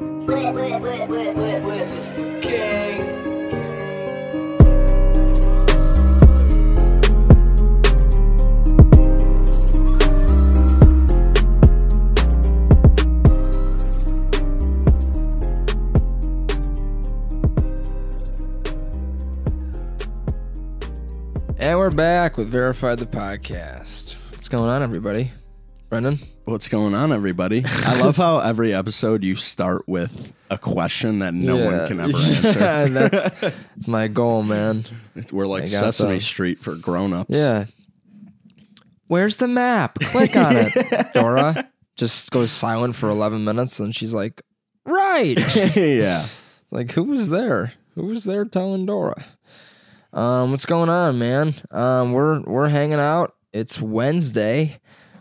where, where, where, where, where is the king? And we're back with Verified the Podcast. What's going on, everybody? Brendan? What's going on, everybody? I love how every episode you start with a question that no one can ever Yeah, answer. that's, that's my goal, man. We're like I got Sesame some. Street for grown-ups. Yeah. Where's the map? Click on it. Dora just goes silent for 11 minutes and she's like, right. yeah. like, who was there? Who was there telling Dora? Um, what's going on, man? Um, we're we're hanging out. It's Wednesday.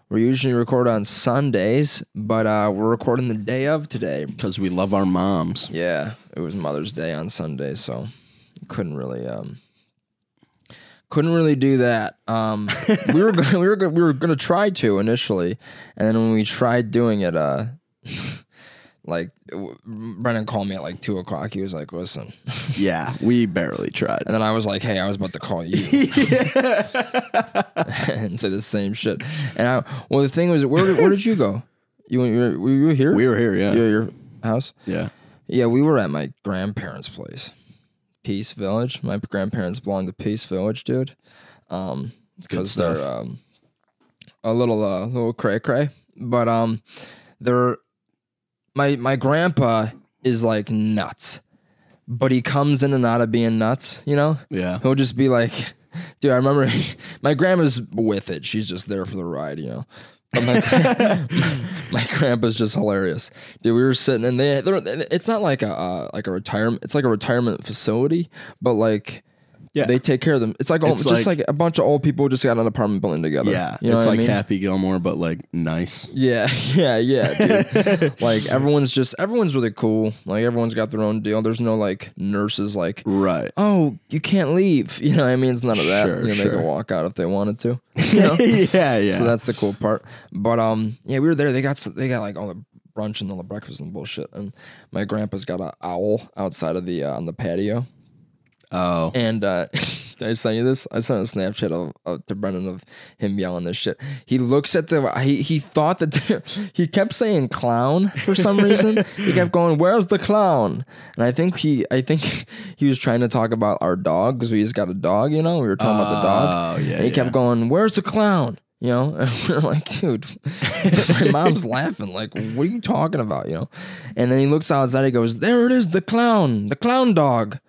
We usually record on Sundays, but uh, we're recording the day of today. Because we love our moms. Yeah, it was Mother's Day on Sunday, so couldn't really um couldn't really do that. Um we were gonna, we were gonna, we were going to try to initially, and then when we tried doing it uh like w- Brennan called me at like 2 o'clock. He was like, "Listen." Yeah. We barely tried. And then I was like, "Hey, I was about to call you." and say the same shit. And I well the thing was where did, where did you go? You went- you were, were you here? We were here, yeah. Your- your house? Yeah. Yeah, we were at my grandparents' place, Peace Village. My grandparents belong to Peace Village, dude. Um, because they're um, a little uh, little cray cray, but um, they're my my grandpa is like nuts, but he comes in and out of being nuts, you know. Yeah. He'll just be like, dude, I remember my grandma's with it. She's just there for the ride, you know. But my, gra- my grandpa's just hilarious, dude. We were sitting and they, they're, it's not like a uh, like a retirement. It's like a retirement facility, but like. Yeah. They take care of them. It's like It's it's just like- like, a bunch of old people just got an apartment building together. Yeah. you know it's what like I mean? Happy Gilmore, but like nice. Yeah, yeah, yeah, dude. like everyone's just everyone's really cool. Like everyone's got their own deal. There's no like nurses like Right. oh, you can't leave. You know what I mean? It's none of that. Sure, you know, They sure. can walk out if they wanted to. You know? yeah, yeah. So that's the cool part. But um, yeah, we were there. They got s- they got like all the brunch and all the breakfast and bullshit. And my grandpa's got an owl outside of the uh, on the patio. oh. And uh, did I sent you this? I sent a Snapchat of, of to Brennan of him yelling this shit. He looks at the. He, he thought that the, he kept saying clown for some reason. he kept going, "Where's the clown?" And I think he I think he was trying to talk about our dog because we just got a dog. You know, we were talking about the dog. Oh, yeah, And he kept yeah. going, "Where's the clown?" You know, and we're like, dude, my mom's laughing. Like, what are you talking about? You know, and then he looks outside. He goes, "There it is, the clown, the clown dog,"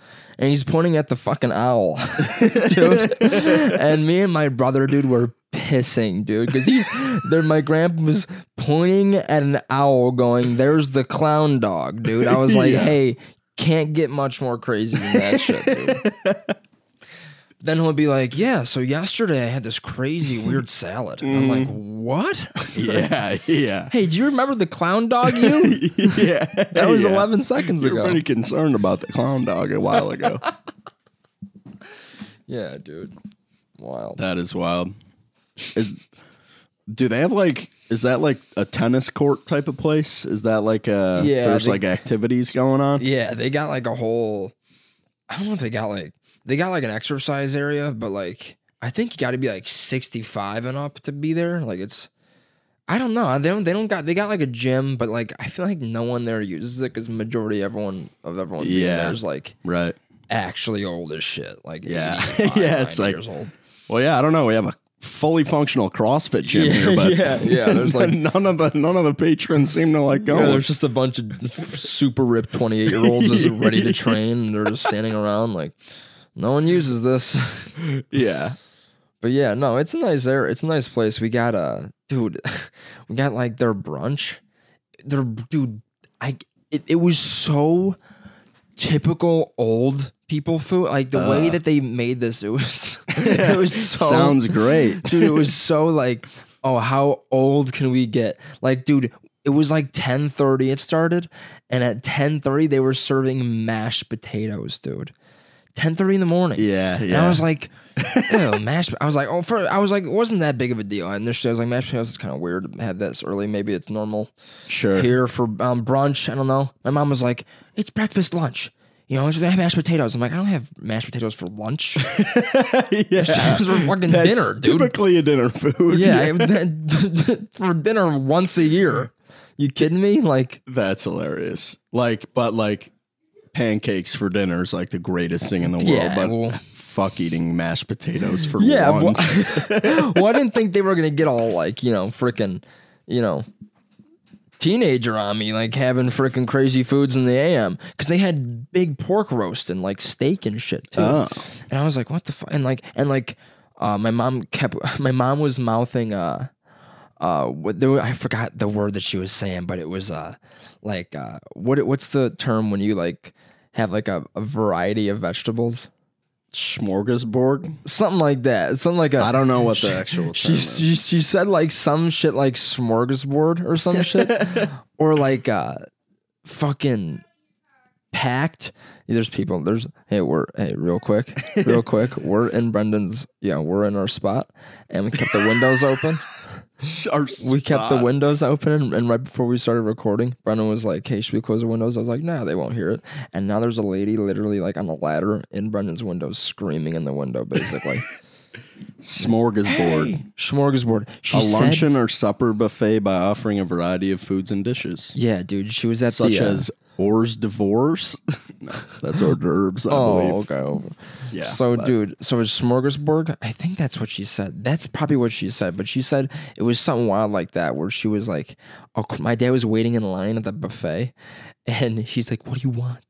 and he's pointing at the fucking owl, dude. and me and my brother, dude, were pissing, dude, because he's there. My grandpa was pointing at an owl, going, "There's the clown dog, dude." I was like, "Hey, can't get much more crazy than that shit, dude." then he'll be like, "Yeah, so yesterday I had this crazy weird salad." And I'm like, "What? Mm. yeah, yeah. hey, do you remember the clown dog? You yeah. that was yeah. 11 seconds You were ago." pretty concerned about the clown dog a while ago. yeah, dude, wild. that is wild. Is do they have like is that like a tennis court type of place? Is that like a Yeah, I there's think- like activities going on? yeah, they got like a whole. I don't know if they got like they got like an exercise area, but like I think you got to be like 65 and up to be there. Like it's. I don't know. They don't. They don't got. They got like a gym, but like I feel like no one there uses it because majority everyone of everyone being Yeah. there is like Right. actually old as shit. Like Yeah. 85, Yeah, it's 90 like- years old. Well, yeah, I don't know. We have a fully functional CrossFit gym here, but yeah, yeah, there's like- none of the none of the patrons seem to like Yeah, going. there's just a bunch of super ripped 28 year olds just ready to train. And they're just standing around like no one uses this. yeah. But yeah, no, it's a nice area. It's a nice place. We got uh, dude, we got like their brunch. Their dude, I it, it was so typical old people food. Like the way that they made this, it was it was so Sounds great. dude it was so like oh how old can we get like dude it was like 10.30 it started and at 10.30 they were serving mashed potatoes dude ten thirty in the morning. Yeah, And I yeah. was like, oh, mashed. I was like, oh, for, I was like, it wasn't that big of a deal. And initially, I was like, mashed potatoes is kind of weird to have that this early. Maybe it's normal sure. here for um, brunch. I don't know. My mom was like, it's breakfast lunch. You know, she's like, I have mashed potatoes. I'm like, I don't have mashed potatoes for lunch. yeah. It's for fucking That's dinner, dude. typically a dinner food. yeah, I- for dinner once a year. You kidding me? Like, That's hilarious. Like, but like pancakes for dinner is like the greatest thing in the world. Yeah, but well- fuck eating mashed potatoes for yeah. Well, lunch. well, I didn't think they were gonna get all like, you know, freaking, you know, teenager on me, like having freaking crazy foods in the AM because they had big pork roast and like steak and shit too. Oh. And I was like, what the fuck? And like, and like, uh, my mom kept, my mom was mouthing, uh, uh, what there, were- I forgot the word that she was saying, but it was, uh, like, uh, what, what's the term when you like have like a, a variety of vegetables? Smorgasbord. Something like that. Something like a, I don't know what the actual term she, is. she she said like some shit like smorgasbord or some shit or like uh fucking packed there's people there's hey we're hey real quick real quick we're in brendan's yeah we're in our spot and we kept the windows open Our we kept the spot. windows open and, and right before we started recording brendan was like hey should we close the windows i was like nah they won't hear it and now there's a lady literally like on the ladder in brendan's window screaming in the window basically smorgasbord. smorgasbord she a said- luncheon or supper buffet by offering a variety of foods and dishes, Yeah, dude. She was at such the, uh, as hors d'oeuvres. no, that's hors d'oeuvres, I oh, believe. okay. Yeah, so, but- dude, so it's smorgasbord. I think that's what she said. That's probably what she said. But she said it was something wild like that, where she was like, "Oh, my dad was waiting in line at the buffet, and she's like, "What do you want?"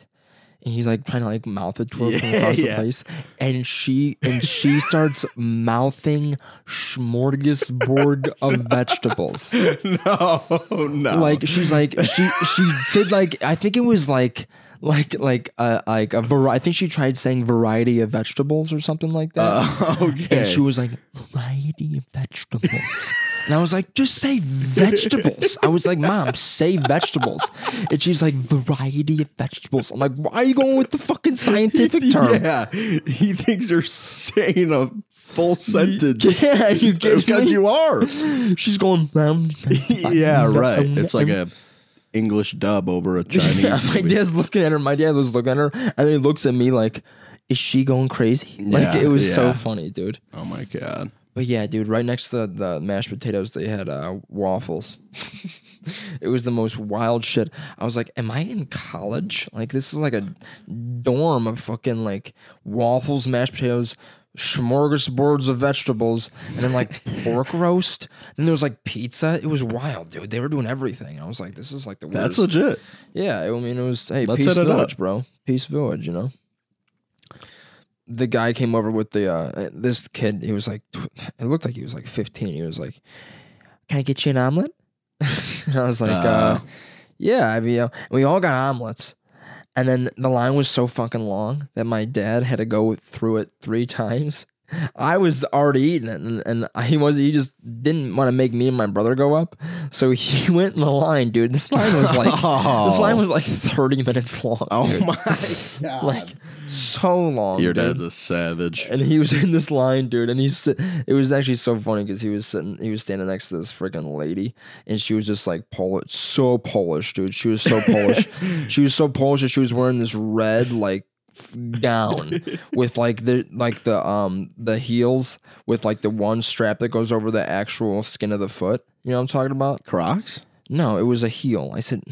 And he's like trying to like mouth it to her from Yeah, across the yeah. place, and she and she starts mouthing smorgasbord of vegetables. No, no. like she's like she she said like I think it was like like like uh like a variety. I think she tried saying variety of vegetables or something like that. Uh, And okay. she was like variety of vegetables. And I was like, just say vegetables. I was like, Mom, say vegetables. And she's like, variety of vegetables. I'm like, why are you going with the fucking scientific term? Yeah, he thinks you're saying a full sentence. Yeah, you kidding because me? you are. She's going, um, yeah, right. It's like a English dub over a Chinese. Yeah, my movie. dad's looking at her. My dad was looking at her, and then he looks at me like, "Is she going crazy?" Like Yeah, it was so yeah. funny, dude. Oh my god. But yeah, dude, right next to the, the mashed potatoes, they had uh, waffles. it was the most wild shit. I was like, "Am I in college? Like this is like a dorm of fucking like waffles, mashed potatoes." Smorgasbords of vegetables, and then like pork roast, and there was like pizza. It was wild, dude. They were doing everything. I was like, "This is like the That's weirdest." legit. Yeah, I mean, it was hey, Let's Peace hit it Village, up. bro. Peace Village, you know. The guy came over with the uh, this kid. He was like, tw- it looked like he was like fifteen. He was like, "Can I get you an omelet?" and I was like, uh, Uh. "Yeah." I mean, uh, we all got omelets, and then the line was so fucking long that my dad had to go through it three times. I was already eating it, and, and he was he just didn't want to make me and my brother go up, so he went in the line, dude. This line was like this line was like thirty minutes long. Oh dude. my god. like so long. Your dude. dad's Oh, a savage. And he was in this line, dude, and he's. sit- It was actually so funny because he was sitting, he was standing next to this freaking lady, and she was just like Polish, so Polish, dude. She was so Polish. she was so Polish that she was wearing this red like f- gown with like the like the um the heels with like the one strap that goes over the actual skin of the foot. You know what I'm talking about? Crocs? No, it was a heel. I said,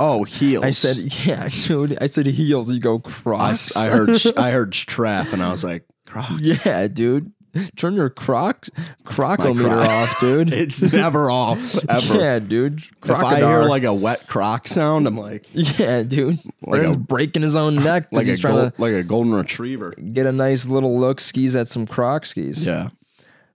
Oh, heels. I said, yeah, dude. I said heels. You go I, Crocs. I heard I heard strap and I was like, Crocs. yeah, dude. Turn your Croc crocometer croc- off, dude. It's never off ever. Yeah, dude. if I hear Crocodile. like a wet croc sound, I'm like yeah, dude. Like a- breaking his own neck because like a he's trying gold, like a golden retriever. to get a nice little look. Skis at some Croc skis. Yeah.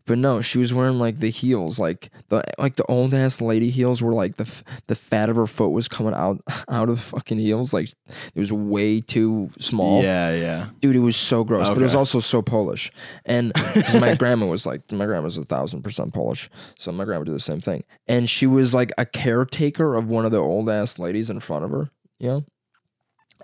But no, she was wearing like the heels, like the like the old ass lady heels, where like the f- the fat of her foot was coming out out of the fucking heels. Like it was way too small. Yeah, yeah. dude, it was so gross, but it was Okay. also so Polish. And 'cause my grandma was like, my grandma's a thousand percent Polish, so my grandma did the same thing, and she was like a caretaker of one of the old ass ladies in front of her, you know.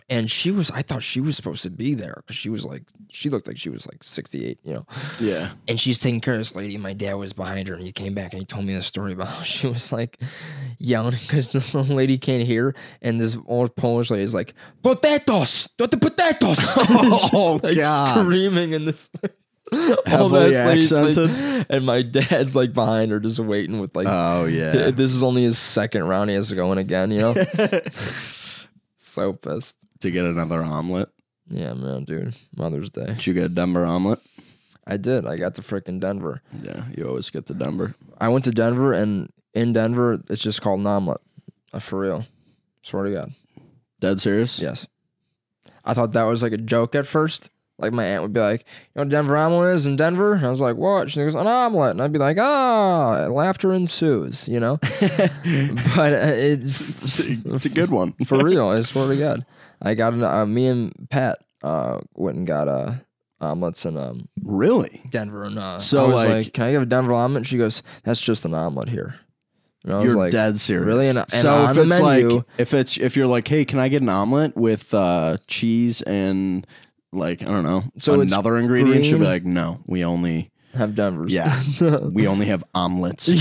and she was i thought she was supposed to be there because she was like she looked like she was like 68 you know Yeah. and she's taking care of this lady and my dad was behind her and he came back and he told me the story about how she was like yelling because the little lady can't hear and this old polish lady is like potatoes do the potatoes Oh, She's, like, God. screaming in this Heavily old ass lady's face. accented. and my dad's like behind her just waiting with like Oh yeah. this is only his second round he has to go in again you know so pissed to get another omelet. Yeah, man, dude. Mother's Day. Did you get a Denver omelet? I did. I got to freaking Denver. Yeah, you always get the Denver. I went to Denver, and in Denver, it's just called an omelet. Uh, for real. Swear to God. Dead serious? Yes. I thought that was like a joke at first. Like my aunt would be like, "You know, what Denver omelet is in Denver," and I was like, "What?" She goes, "An omelet," and I'd be like, "Ah!" Laughter ensues, you know. but uh, it's It's a, it's a good one. for real. I swear to God, I got an, uh, me and Pat uh, went and got uh, omelets and um, Really? Denver and uh, So, I was like- like, can I have a Denver omelet? She goes, that's just an omelet here. And I was You're like, dead serious. really? And- and so on if the it's like menu- if it's if you're like, hey, can I get an omelet with uh, cheese and like I don't know So it's another ingredient? She'll be green? like, no, we only have Denver's. yeah we only have omelets.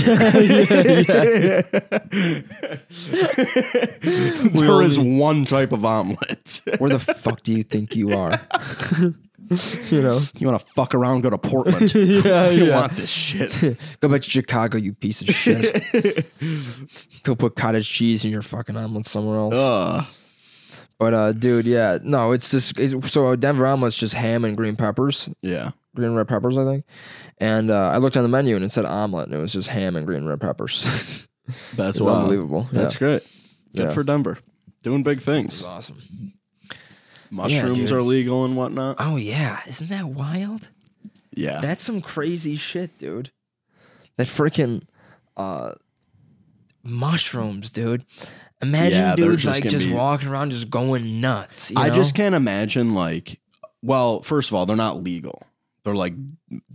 there is one type of omelet. Where the fuck do you think you are? you know, You want to fuck around? Go to Portland. yeah, you want this shit? go back to Chicago, you piece of shit. go put cottage cheese in your fucking omelet somewhere else. Ugh. But uh, dude, yeah, no, it's just it's, so a Denver omelet's just ham and green peppers, Yeah. green and red peppers, I think. And uh, I looked on the menu and it said omelet, and it was just ham and green and red peppers. That's It's wild. unbelievable. That's Yeah. great. Good Yeah. for Denver. Doing big things. it's awesome. Yeah, Mushrooms dude. are legal and whatnot. Oh yeah, isn't that wild? Yeah. That's some crazy shit, dude. That freaking uh mushrooms, dude. Imagine Yeah, they're dudes just like gonna just be- walking around just going nuts. you I know? just can't imagine like well, first of all, they're not legal. They're like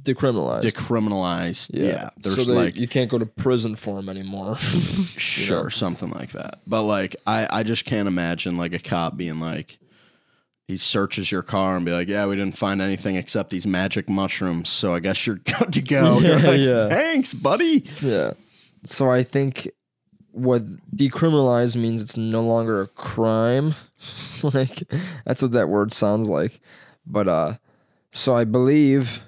decriminalized. decriminalized. Yeah. They're so they- like you can't go to prison for them anymore. sure something like that. But like I I just can't imagine like a cop being like he searches your car and be like, "Yeah, we didn't find anything except these magic mushrooms, so I guess you're good to go." You're Yeah, like, yeah. Thanks, buddy. yeah. So I think what decriminalized means it's no longer a crime. like that's what that word sounds like. But uh so I believe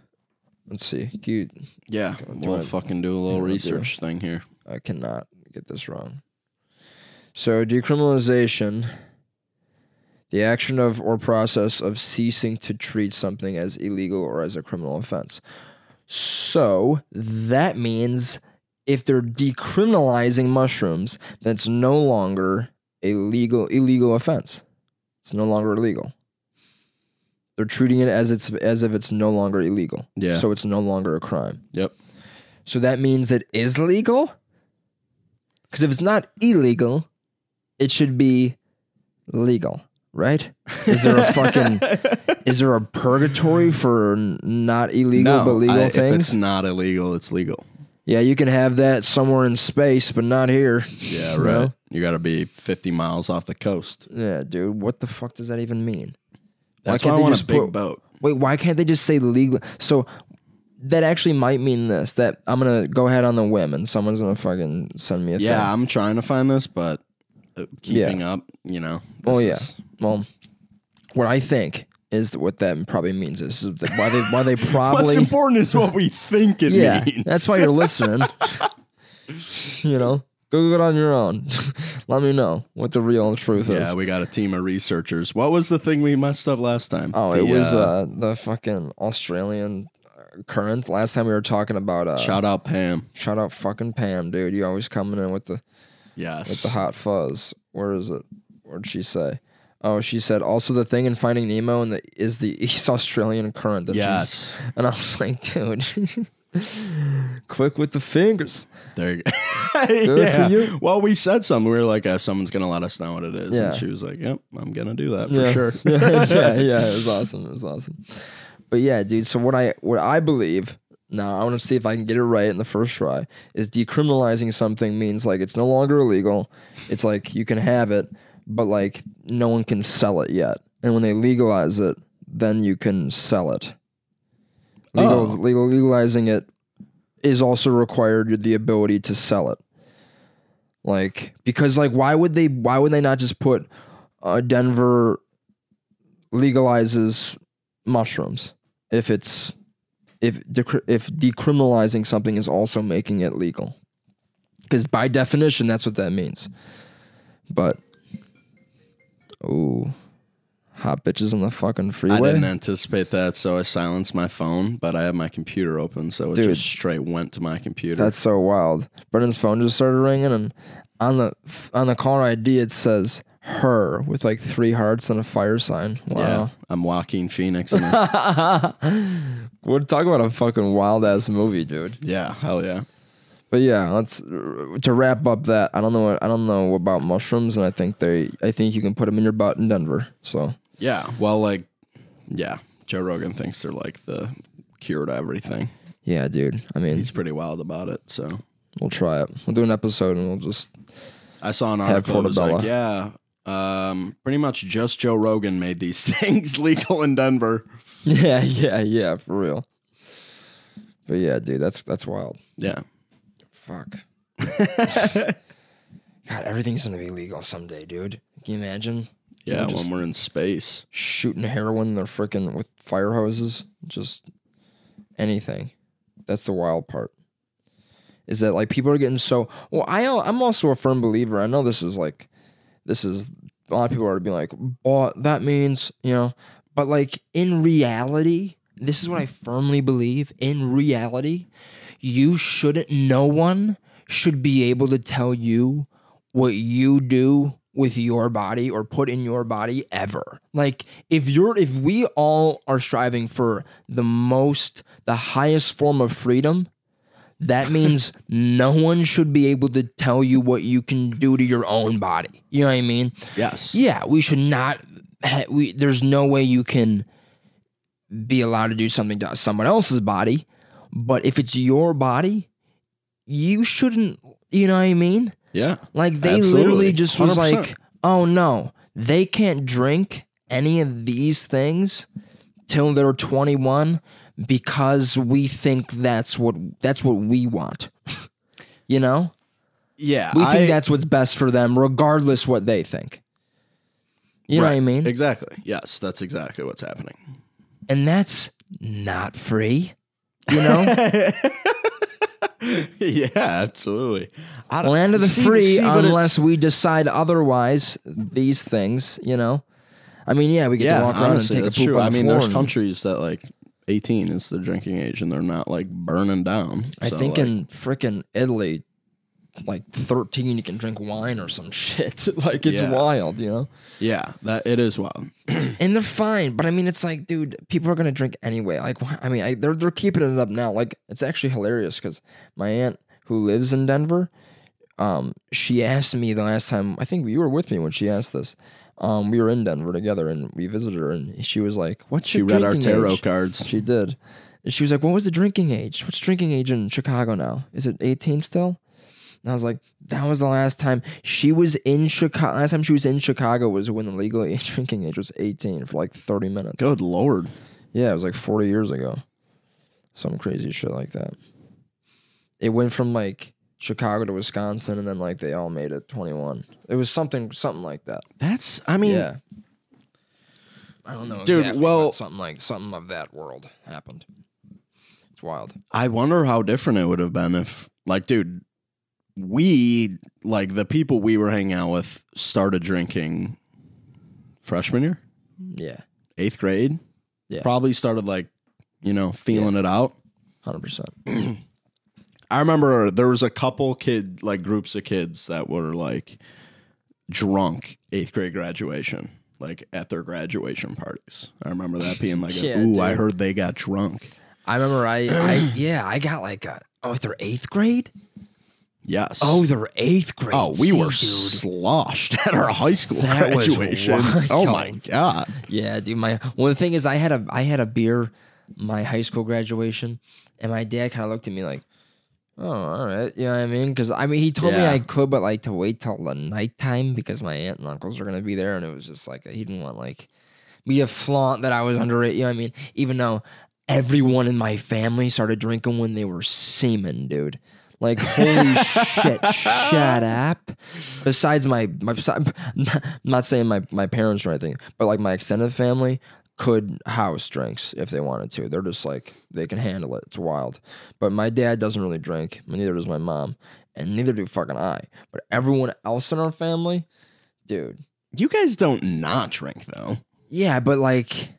let's see. Can you Yeah, do we'll I- fucking do a little do I do? research thing here. I cannot get this wrong. So, decriminalization, the action of or process of ceasing to treat something as illegal or as a criminal offense. So, that means if they're decriminalizing mushrooms, that's no longer a legal illegal offense. It's no longer illegal. They're treating it as it's as if it's no longer illegal. Yeah. So it's no longer a crime. Yep. So that means it is legal? Because if it's not illegal, it should be legal, right? Is there a fucking is there a purgatory for n- not illegal but legal I- If it's things? not illegal, it's legal. yeah, you can have that somewhere in space, but not here. Yeah, You know? right. You got to be 50 miles off the coast. Yeah, dude, what the fuck does that even mean? That's why, I want a big put- boat. Wait, why can't they just say legal? So that actually might mean this. That I'm gonna go ahead on the whim, and someone's gonna fucking send me a thing. Yeah, I'm trying to find this, but uh, keeping up, you know. Oh this yeah. is- Well, what I think is that what that probably means is that why they why they What's probably important is what we think it yeah. means. That's why you're listening. you know, Google it on your own. Let me know what the real truth Yeah, is. we got a team of researchers. What was the thing we messed up last time? oh, The, it was uh, the fucking Australian uh, current. Last time we were talking about uh, shout, shout out Pam. out fucking Pam, dude. You always coming in with the with Yes. the hot fuzz. Where is it? What'd she say? Oh, she said also the thing in Finding Nemo and the, is the East Australian current that she's- yes. And I was like, dude, quick with the fingers. There you for go. yeah. you. Well, we said something. We were like, uh, someone's going to let us know what it is. Yeah. And she was like, yep, I'm going to do that for yeah. sure. yeah, yeah, yeah, it was awesome. It was awesome. But yeah, dude, so what I what I believe now I want to see if I can get it right in the first try is decriminalizing something means like it's no longer illegal. It's like you can have it, but like no one can sell it yet. And when they legalize it, then you can sell it. Legal, Oh. legal, legalizing it is also required the ability to sell it. Like because like why would they why would they not just put uh, Denver legalizes mushrooms if it's if decri- if decriminalizing something is also making it legal because by definition that's what that means but oh hot bitches on the fucking freeway I didn't anticipate that, so I silenced my phone, but I had my computer open, so it Dude. just straight went to my computer. That's so wild. Brendan's phone just started ringing, and on the on the caller ID it says her with like three hearts and a fire sign. yeah. Wow. I'm Joaquin Phoenix. and- We're talking about a fucking wild ass movie, dude. yeah, hell yeah. But yeah, let's to wrap up that. I don't know. I don't know about mushrooms, and I think they. I think you can put them in your butt in Denver. So Yeah. Well, like, yeah, Joe Rogan thinks they're like the cure to everything. yeah, dude. I mean, He's pretty wild about it. So we'll try it. We'll do an episode, and we'll just I saw an article. It was portobello. like, yeah, um, pretty much just Joe Rogan made these things legal in Denver. yeah, yeah, yeah, for real. But yeah, dude, that's that's wild. Yeah. Fuck. God, everything's gonna be legal someday, dude. Can you imagine? Yeah. People just when we're in space. shooting heroin, they're freaking with fire hoses. Just anything. That's the wild part. Is that like people are getting so? Well, I I'm also a firm believer. I know this is like, this is a lot of people are being like, oh, that means you know, but like in reality, this is what I firmly believe. In reality, you shouldn't. No one should be able to tell you what you do with your body or put in your body ever. Like if you're if we all are striving for the most the highest form of freedom, that means no one should be able to tell you what you can do to your own body. You know what I mean? Yes. Yeah, we should not. ha- We there's no way you can be allowed to do something to someone else's body, but if it's your body, you shouldn't. You know what I mean? Yeah. Like they Absolutely. literally just was 100%. like, "Oh no, they can't drink any of these things till they're 21 because we think that's what that's what we want." you know? Yeah. We I- think that's what's best for them regardless what they think. You know what I Right. mean? Exactly. Yes. That's exactly what's happening. and that's not free. You know? yeah. Absolutely. I don't- Land of the See- free see, but it's- unless we decide otherwise these things, you know. I mean, yeah, we get Yeah. to walk around honestly, and that's take a poop true. on I the mean, floor there's and- countries that like 18 is the drinking age, and they're not like burning down. I So, think like, in frickin' Italy, like 13, you can drink wine or some shit. like, it's Yeah. wild, you know? yeah, that it is wild. And they're fine, but I mean, it's like, dude, people are gonna drink anyway. Like, why- I mean, I, they're they're keeping it up now. Like, it's actually hilarious because my aunt who lives in Denver, um, she asked me the last time. I think you were with me when she asked this. Um, we were in Denver together and we visited her, and she was like, "What's She your read our drinking tarot age?" cards. She did. And She was like, "What was the drinking age? What's drinking age in Chicago now? Is it 18 still?" And I was like, "That was the last time she was in Chicago. Last time she was in Chicago was when the legal age, drinking age was 18 for like 30 minutes. Good lord. Yeah, it was like 40 years ago. Some crazy shit like that. It went from like Chicago to Wisconsin, and then like they all made it 21. It was something, something like that. That's. I mean. Yeah." I don't know, Dude, exactly, well- but something like something of that world happened. It's wild. I wonder how different it would have been if, like, dude, we, like, the people we were hanging out with started drinking freshman year, Yeah, eighth grade. Yeah. Probably started, like, you know, feeling it out. hundred percent. I remember there was a couple kid, like, groups of kids that were, like, drunk eighth grade graduation, like, at their graduation parties. I remember that being like, a, Yeah, ooh, I dude. heard they got drunk. I remember I, I yeah, I got like a oh, they're eighth grade. Yes. Oh, they're eighth grade. Oh, we See, were dude. sloshed at our high school That was graduations. Oh my wild. god! Yeah, dude. My well, the thing is, I had a I had a beer my high school graduation, and my dad kind of looked at me like, Oh, all right. You know what I mean? Because I mean, he told me Yeah. I could, but like to wait till the nighttime because my aunt and uncles were gonna be there, and it was just like he didn't want like me to flaunt that I was under it. You know what I mean? Even though everyone in my family started drinking when they were semen, dude. Like holy shit! Shut up. Besides my my, besi- I'm not saying my my parents or anything, but like my extended family could house drinks if they wanted to. They're just like they can handle it. It's wild. But my dad doesn't really drink, and neither does my mom, and neither do fucking I. But everyone else in our family, dude. You guys don't not drink though. Yeah, but like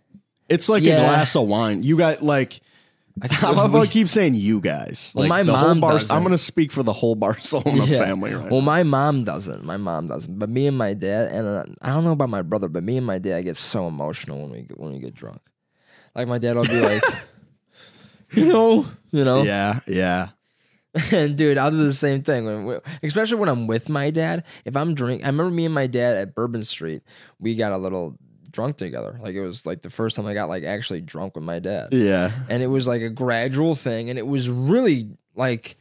It's like Yeah. a glass of wine. You got like I guess I love how I we- keep saying you guys. Well, Like my the whole mom Bar- doesn't. I'm gonna speak for the whole Barcelona Yeah. family right Well, now. my mom doesn't. My mom doesn't. But me and my dad, and uh, I don't know about my brother, but me and my dad get so emotional when we get, when we get drunk. Like my dad will be like, you know, you know, Yeah, yeah. and dude, I'll do the same thing. When, when- especially when I'm with my dad. If I'm drink, I remember me and my dad at Bourbon Street. We got a little drunk together. Like it was like the first time I got like actually drunk with my dad Yeah. and it was like a gradual thing and it was really like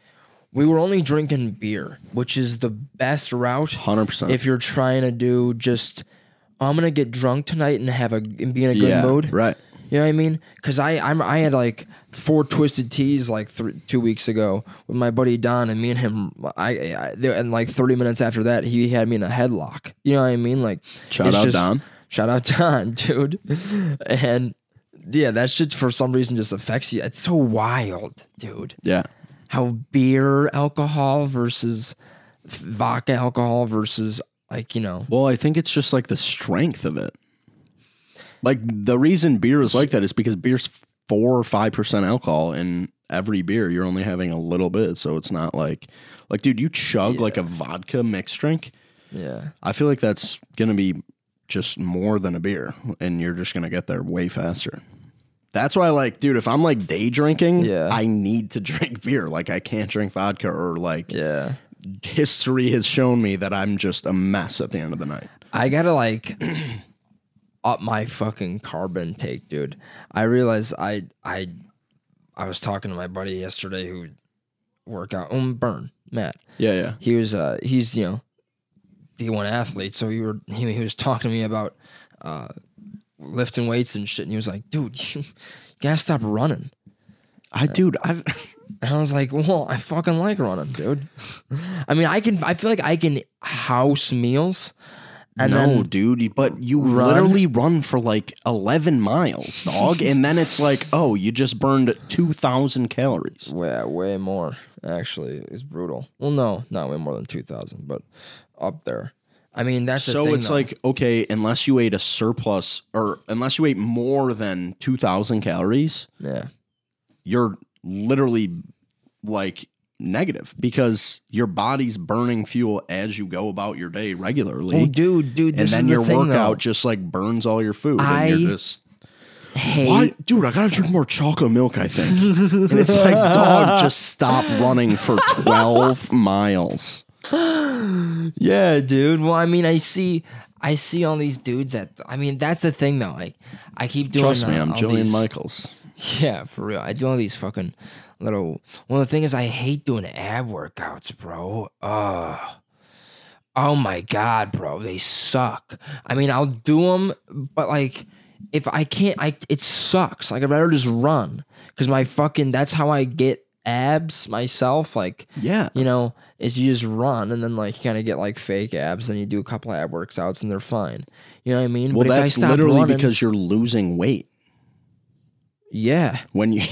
we were only drinking beer which is the best route Hundred percent. if you're trying to do just "Oh, i'm gonna get drunk tonight and have a and be in a good yeah, mood Right. you know what I mean? Because I I'm, I had like four twisted teas like thr two weeks ago with my buddy Don, and me and him. I, I there- and like thirty minutes after that, he had me in a headlock. You know what I mean? Like Shout it's out Don. Shout out Don, dude. And yeah, that shit for some reason just affects you. It's so wild, dude. Yeah. How beer alcohol versus vodka alcohol versus like you know Well, I think it's just like the strength of it. Like the reason beer is like that is because beer's four or five percent alcohol, and every beer you're only having a little bit, so it's not like, like, dude, you chug like a vodka mixed drink. yeah. I feel like that's gonna be just more than a beer, and you're just gonna get there way faster. That's why, like, dude, if I'm like day drinking, Yeah. I need to drink beer. Like, I can't drink vodka, or like, Yeah. history has shown me that I'm just a mess at the end of the night. I gotta like up my fucking carbon take, dude. I realize I I I was talking to my buddy yesterday who work out um burn, Matt. Yeah, yeah. He was uh he's you know D one athlete, so he were he, he was talking to me about uh lifting weights and shit and he was like, dude, you gotta stop running. I, dude, I've And I was like, well, I fucking like running, dude. I mean I can I feel like I can house meals and no, then dude, you- but you Run? literally run for like eleven miles, dog, and then it's like, oh, you just burned two thousand calories. Way, way more, actually. It's brutal. Well, no, not way more than 2,000, but up there. I mean, that's the So thing, it's though. like, okay, unless you ate a surplus or unless you ate more than two thousand calories, yeah. you're literally like negative because your body's burning fuel as you go about your day regularly. Oh, dude, dude, and this then is your the thing, workout though. just like burns all your food. and I you're just Hey, Why, dude, I gotta drink more chocolate milk, I think. and it's like, dog, just stop running for 12 miles. yeah, dude. Well, I mean, I see, I see all these dudes that. I mean, that's the thing, though. Like, I keep doing. Trust me, uh, I'm all Jillian these- Michaels. Yeah, for real. I do all these fucking little. Well, the thing is, I hate doing ab workouts, bro. Ugh. Oh my god, bro, they suck. I mean, I'll do them, but like, if I can't, I it sucks. Like, I'd rather just run because my fucking that's how I get abs myself. Like, Yeah. you know, is you just run and then like you kind of get like fake abs, and you do a couple ab workouts and they're fine. You know what I mean? Well, But if I that's stop literally running- because you're losing weight. yeah, When you,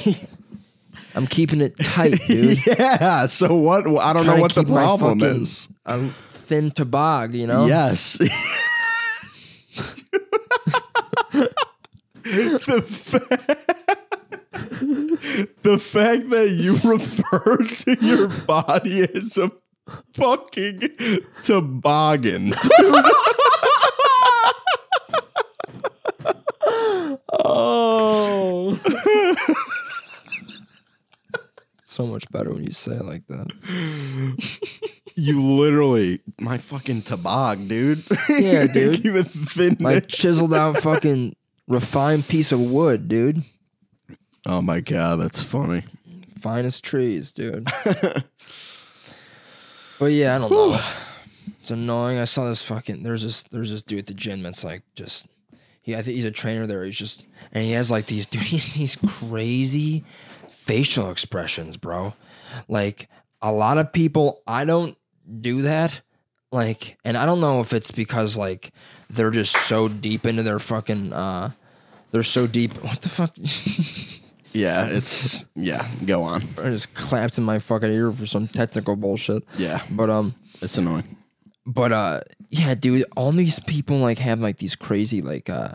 I'm keeping it tight, dude. yeah. So what? I don't trying know to what the keep my problem fucking, is. uh, thin tobog, you know? Yes. the, fa- the fact that you refer to your body as a fucking toboggan. Oh. so much better when you say it like that. You literally, my fucking tobog, dude. Yeah, dude. Even thin. My chiseled out fucking refined piece of wood, dude. oh my god, that's funny. finest trees, dude. but yeah, I don't know. It's annoying. I saw this fucking. There's this. There's this dude at the gym that's like just. He, I think he's a trainer there. He's just and he has like these dude. He has these crazy facial expressions, bro. Like a lot of people, I don't do that. Like, and I don't know if it's because like they're just so deep into their fucking. uh They're so deep. What the fuck? Yeah, it's yeah. Go on. I just clapped in my fucking ear for some technical bullshit. Yeah, But um, it's annoying. but uh, yeah, dude, all these people like have like these crazy like uh,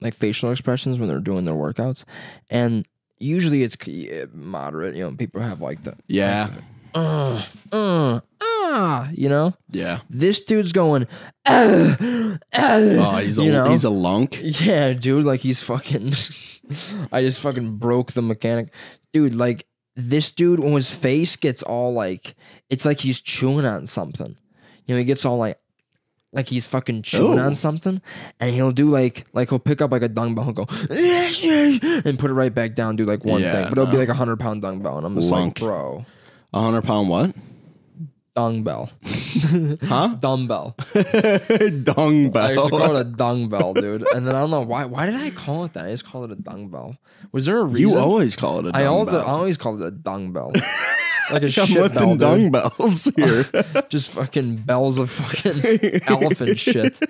like facial expressions when they're doing their workouts, and usually it's c- moderate. You know, people have like the Yeah, uh, uh, ah, you know. yeah. This dude's going, uh, uh, Oh, he's a you know? he's a lunk. Yeah, dude, like he's fucking. I just fucking broke the mechanic. Dude, like this dude, when his face gets all like, it's like he's chewing on something. You know, he gets all like, like he's fucking chewing Ooh. on something, and he'll do like, like he'll pick up like a dumbbell and go, and put it right back down, do like one Yeah, thing, but it'll be no. like a hundred pound dumbbell, and I'm just Lunk. like, bro, A hundred pound what? dumbbell, Huh? dumbbell. I used to call Dongbell. it a dumbbell, dude. And then I don't know why. Why did I call it that? I just called it a dumbbell. Was there a reason? You always call it a I always, I dongbell. always called it a dumbbell, like a I'm shit bell, lifting dude. dumbbells here. Just fucking bells of fucking elephant shit.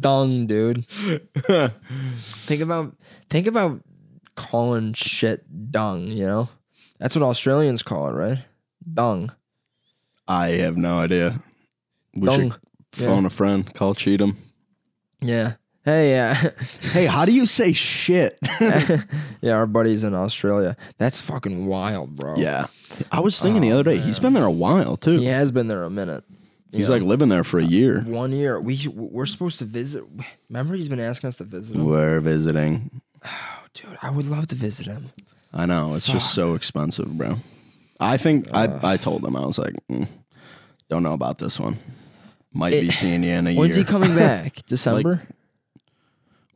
Dung, dude. think about think about calling shit dung. You know, that's what Australians call it, right? Dung. I have no idea. We Dung. should phone a friend. Call Cheatham. Yeah. Hey, yeah. Hey, how do you say shit? yeah, our buddies in Australia. That's fucking wild, bro. yeah, I was thinking Oh, the other day. He's been there a while too. He has been there a minute. He's like living there for a year. One year. We we're supposed to visit. Remember, he's been asking us to visit him. We're visiting. Dude, I would love to visit him. I know it's just so expensive, bro. I think I I told him I was like, mm, don't know about this one. Might be seeing you in a When's Eh, year. he coming back? December.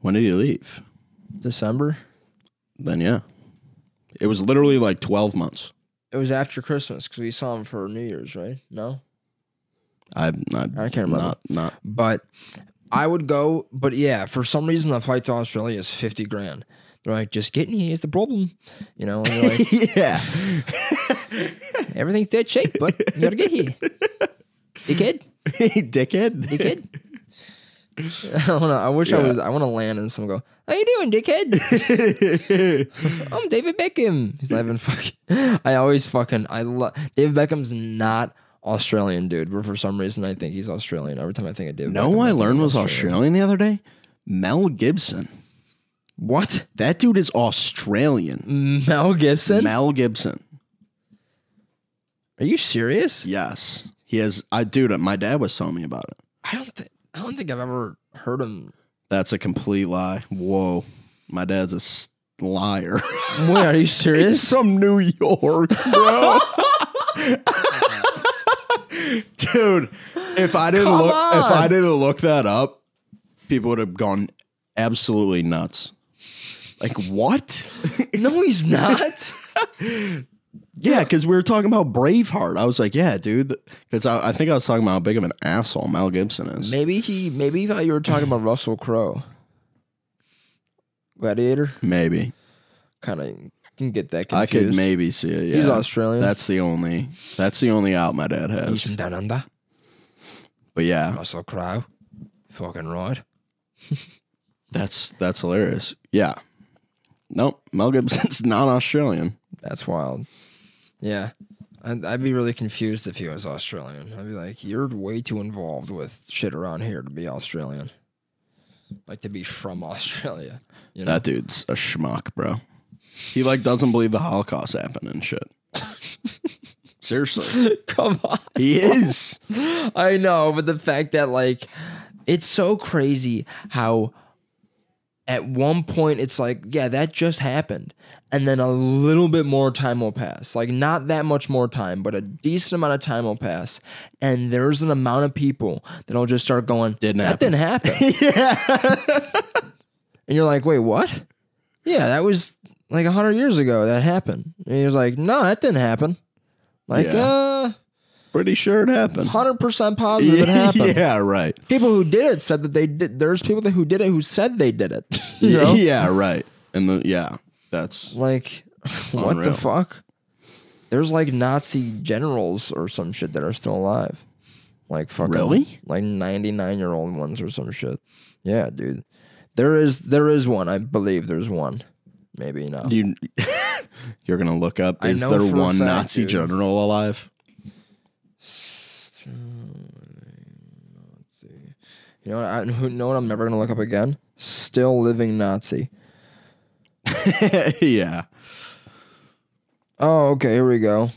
when did he leave? December. Then yeah, it was literally like twelve months. It was after Christmas because we saw him for New Year's, right? No, I I, I can't remember. Not not but I would go. But yeah, for some reason, the flight to Australia is fifty grand. They're like, just getting here is the problem, you know. And you're like, yeah. everything's dead cheap, but you gotta get here. You kid, dickhead. you kid. I don't know. I wish I Yeah. was. I want to land and someone go, "How you doing, dickhead?" I'm David Beckham. He's not even fucking. I always fucking. I love David Beckham's not Australian, dude. But for some reason, I think he's Australian. Every time I think of David, No, Beckham, I think learned of was Australian the other day. Mel Gibson. What? That dude is Australian. Mel Gibson? Mel Gibson. Are you serious? Yes, he has. I dude, my dad was telling me about it. I don't think. I don't think I've ever heard him. That's a complete lie. Whoa, my dad's a s- liar. Wait, are you serious? He's from New York, bro. Dude, if I didn't Come look, if I on. didn't look that up, people would have gone absolutely nuts. Like what? no, he's not. Yeah, because we were talking about Braveheart. I was like, yeah, dude, because I, I think I was talking about how big of an asshole Mel Gibson is. maybe he. Maybe he thought you were talking about Russell Crowe. Gladiator, Maybe kind of can get that I confused. could maybe see it. Yeah. He's Australian. That's the only. That's the only out my dad He's has. from down under. But yeah, Russell Crowe, fucking right. that's that's hilarious. Yeah. Nope, Mel Gibson's not Australian. That's wild. Yeah. I'd, I'd be really confused if he was Australian. I'd be like, you're way too involved with shit around here to be Australian. Like to be from Australia. You know? That dude's a schmuck, bro. He like doesn't believe the Holocaust happened and shit. Seriously, Come on. he is. I know, but the fact that, like, it's so crazy how at one point it's like, yeah, that just happened. And then a little bit more time will pass. Like, not that much more time, but a decent amount of time will pass. And there's an amount of people that'll just start going, Didn't that happen." didn't happen. yeah. And you're like, wait, what? Yeah, that was like a hundred years ago that happened. And he was like, no, that didn't happen. Like, Yeah. uh, Pretty sure it happened. hundred percent positive it happened. yeah, right. People who did it said that they did. There's people that who did it who said they did it. You know? Yeah, right. And the yeah, that's Like, what Unreal. the fuck? There's like Nazi generals or some shit that are still alive. Like fucking Really? like 99 year old ones or some shit. Yeah, dude. There is there is one. I believe there's one. Maybe no. you. you're gonna look up. I Is know there for a one fact, Nazi dude. general alive? You know what? I, who, know what I'm never gonna look up again. Still living Nazi. yeah. Oh, okay. Here we go.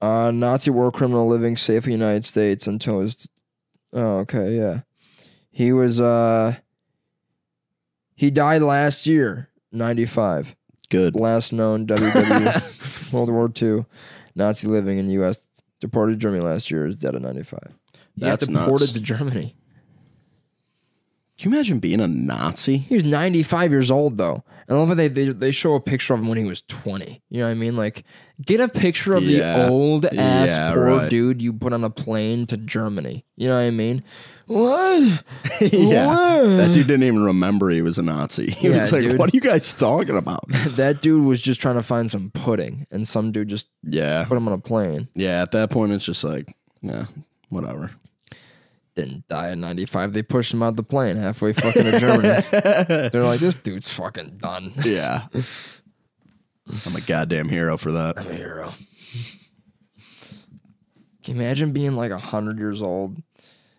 Uh, Nazi war criminal living safely in the United States until his. Oh, okay. Yeah. He was. uh He died last year, 95. Good. Last known WWE World War II Nazi living in U.S. Deported to Germany last year is dead at 95. He got That's nuts. deported to Germany. Can you imagine being a Nazi? He was 95 years old though. And I love how they, they they show a picture of him when he was 20. You know what I mean? Like get a picture of Yeah. the old ass Yeah, poor right. dude you put on a plane to Germany. You know what I mean? What? That dude didn't even remember he was a Nazi. He Mm. Yeah, was like, dude. "What are you guys talking about?" That dude was just trying to find some pudding and some dude just yeah. put him on a plane. Yeah. At that point, it's just like, yeah, whatever. Didn't die at 95. They pushed him out the plane halfway fucking to Germany. They're like this dude's fucking done. Yeah. I'm a goddamn hero for that. I'm a hero. Can you imagine being like hundred years old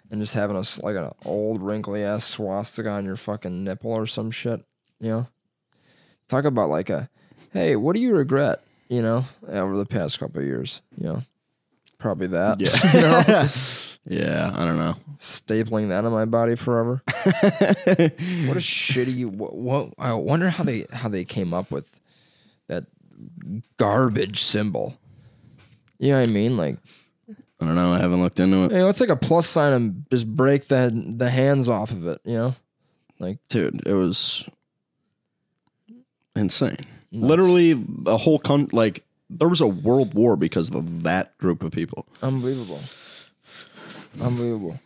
and just having a s- like an old wrinkly ass swastika on your fucking nipple or some shit? You know, talk about like a hey, what do you regret? You know, over the past couple of years, you know, probably that. Yeah. you know, Yeah. I don't know. stapling that on my body forever. what a shitty. What, what I wonder how they how they came up with that garbage symbol. You know what I mean? Like, I don't know. I haven't looked into it. hey, let's take a plus sign and just break the the hands off of it. You know, Dude, it was insane. Nuts. Literally a whole con like there was a world war because of that group of people. unbelievable, unbelievable.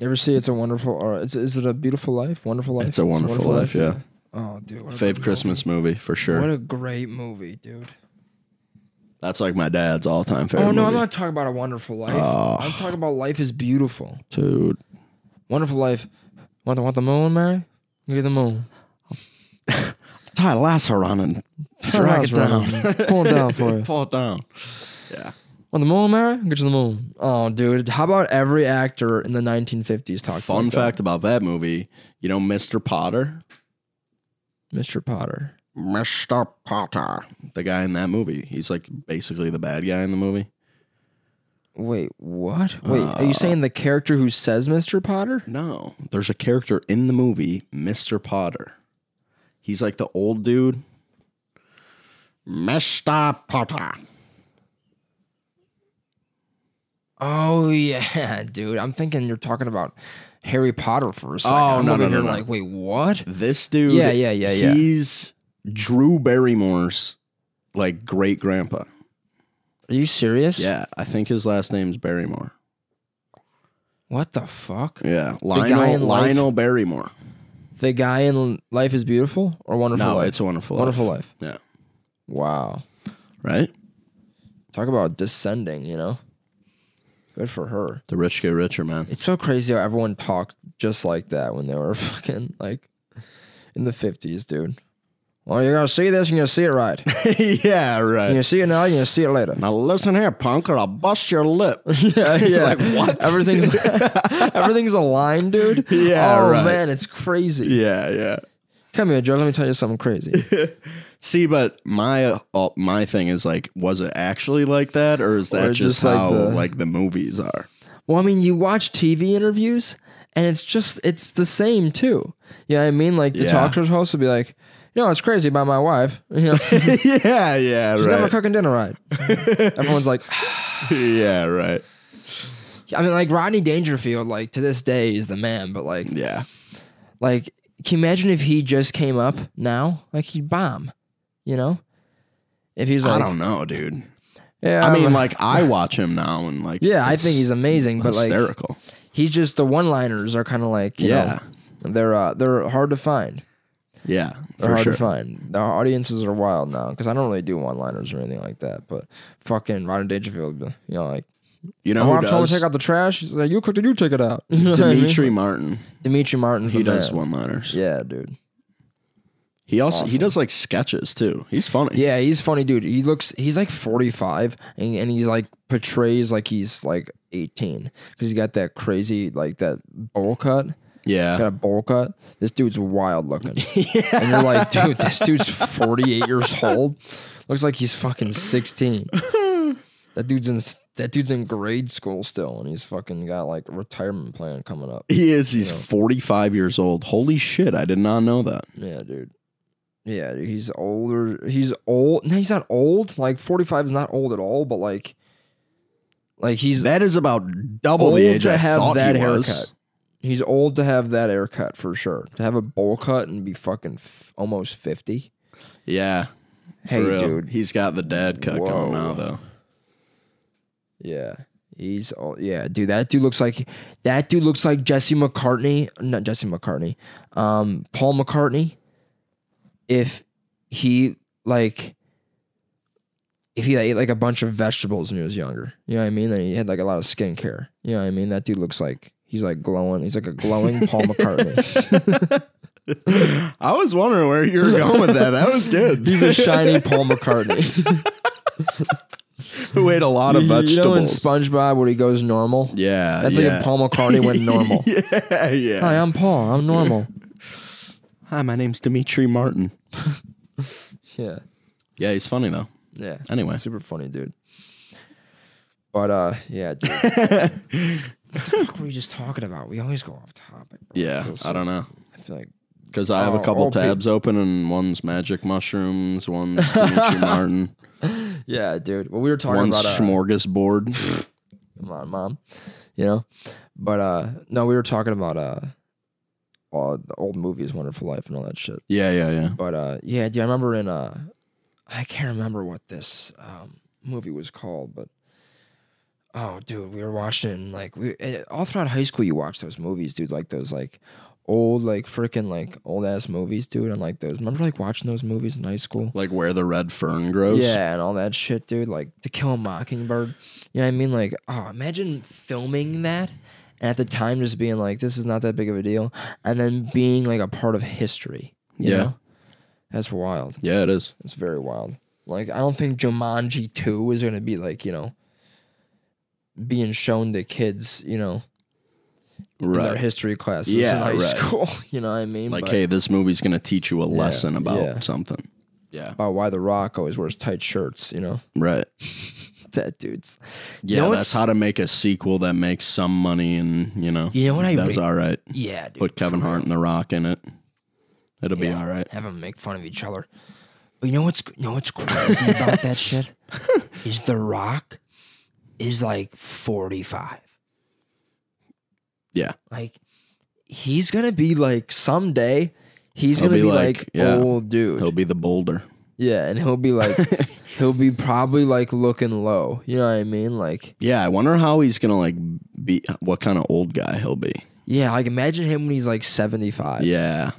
You ever see It's a Wonderful or is, is it a Beautiful Life? Wonderful Life. It's a Wonderful Life, yeah. Oh, dude. What a Fave good Christmas movie for movie. What sure. a great movie, dude. That's like my dad's all time favorite. oh no, I'm movie. not talking about a Wonderful Life. Oh. I'm talking about Life is Beautiful. dude. Wonderful Life. Want the, want the moon, Mary? Give me the moon. Tie a lasso around and drag it down. Pull it down for you. Pull it down. Yeah. On the moon, Mary? Get you the moon. Oh, dude. How about every actor in the 1950s talked Fun like that? fact about that movie, you know, Mr. Potter. Mr. Potter. Mr. Potter. The guy in that movie. He's like basically the bad guy in the movie. Wait, what? Wait, are you Ah. saying the character who says Mr. Potter? No, there's a character in the movie, Mr. Potter. He's like the old dude. Mr. Potter. Oh, yeah, dude. I'm thinking you're talking about Harry Potter for a second. Oh, I'm no, over no, no, here no. like, wait, what? This dude. Yeah, yeah, yeah, yeah. He's Drew Barrymore's like great grandpa. Are you serious? Yeah, I think his last name's Barrymore. What the fuck? Yeah, guy Lionel in life- Lionel Barrymore. The guy in Life is Beautiful or Wonderful No, Life? it's a wonderful. Life. Wonderful Life. Yeah. Wow. Right. Talk about descending, you know? Good for her. The rich get richer, man. It's so crazy how everyone talked just like that when they were fucking like in the 50s, dude. Well, you're going to see this and you'll see it right. You're yeah, right. going to see it now, you're going to see it later. Now listen here, punk, or I'll bust your lip. yeah, yeah. Like, what? Everything's, everything's a line, dude. Yeah, Oh, right. man, it's crazy. yeah, yeah. Come here, Joe. Let me tell you something crazy. See, but my uh, uh, my thing is like, was it actually like that, or is that Or just, just like how the- like the movies are? Well, I mean, you watch TV interviews, and it's just it's the same too. You know what I mean? Like the Yeah. talk show host would be like, "You know, it's crazy about my wife. You know, she's yeah, yeah, never cooking dinner right." Everyone's like, yeah, right. I mean, like Rodney Dangerfield, like to this day is the man. But like, Yeah, like, can you imagine if he just came up now? Like he'd bomb. You know, if he's I like, don't know, dude. yeah, I I'm- mean, like I watch him now and like yeah, I it's think he's amazing, but like, hysterical. he's just the one-liners are kind of like, you Yeah. know, they're uh, they're hard to find. yeah, They're for hard sure. to find. The audiences are wild now because I don't really do one-liners or anything like that. But fucking Rodney Dangerfield, you know, like, You oh, know who I'm told does? to take out the trash. He's like, you cooked it, you take it out. You know what I mean? Dimitri Martin. Dimitri Martin's He the does man. one-liners. Yeah, dude. He also he Awesome. does like sketches too. He's funny. Yeah, he's funny, dude. He looks, he's like 45 and, and he's like portrays like he's like 18 because he got that crazy, like that bowl cut. Got yeah. a bowl cut. This dude's wild looking. And you're like, dude, this dude's 48 years old. Looks like he's fucking 16. That dude's in that dude's in grade school still, and he's fucking got like a retirement plan coming up. He is. He's Yeah. 45 years old. Holy shit! I did not know that. Yeah, dude. Yeah, dude, he's older. He's old. No, he's not old. Like 45 is not old at all, but like, like he's That is about double old the age to I have thought that he was. haircut. He's old to have that haircut for sure. To have a bowl cut and be fucking f- almost 50. Yeah. Hey, for real. dude. He's got the dad cut Whoa. going now though. Yeah. He's all yeah, dude. That dude looks like that dude looks like Jesse McCartney, not Jesse McCartney, um, Paul McCartney. If he like, if he ate like a bunch of vegetables when he was younger, you know what I mean? And he had like a lot of skincare, you know what I mean? That dude looks like he's like glowing. He's like a glowing Paul McCartney. I was wondering where you were going with that. That was good. He's a shiny Paul McCartney. who ate a lot of vegetables. You know in SpongeBob where he goes normal? yeah, That's yeah. like if Paul McCartney went normal. yeah, yeah. Hi, I'm Paul. I'm normal. Hi, my name's Dimitri Martin. Yeah. Yeah, he's funny though. Yeah. Anyway, Super funny, dude. But uh, yeah, dude. what the fuck were we just talking about? We always go off topic. Bro. I yeah, feel, so- I don't know I feel like because I have Oh, a couple oh, pe- tabs open and one's magic mushrooms, one's Dimitri Martin, yeah, dude. Well, we were talking one's about uh, smorgasbord. come on, mom, you know. But uh, no, we were talking about uh, all the old movies, Wonderful Life, and all that shit. yeah, yeah, yeah. But uh, yeah, dude, I remember in uh, I can't remember what this um, movie was called, but oh, dude, we were watching like we eh, all throughout high school. You watch those movies, dude, like those like old like freaking like old ass movies, dude, and like those. Remember like watching those movies in high school? Like where the red fern grows. Yeah, and all that shit, dude. Like To Kill a Mockingbird. You know what I mean? Like, oh, imagine filming that and at the time just being like, this is not that big of a deal, and then being like a part of history. You Yeah. know? that's wild. yeah, it is. It's very wild. Like, I don't think Jumanji Two is gonna be like you know being shown to kids, you know, in their Right. history classes in Yeah, high right. school. You know what I mean? like, But- hey, this movie's gonna teach you a lesson about yeah. something. Yeah. about why The Rock always wears tight shirts. You know, Right. that dude's. Yeah, know that's what's- how to make a sequel that makes some money and you know, You know what I that's re- all right. Yeah, dude. Put Kevin Hart and The Rock in it. It'll be Yeah. all right. Have them make fun of each other. But you know what's you know what's crazy about that shit is The Rock is like forty five. Yeah. Like he's gonna be like someday he's He'll gonna be, be like, like, yeah, old dude. He'll be the boulder. yeah, and he'll be like he'll be probably like looking low. You know what I mean? Like Yeah, I wonder how he's gonna like be what kind of old guy he'll be. yeah, like imagine him when he's like seventy five. Yeah.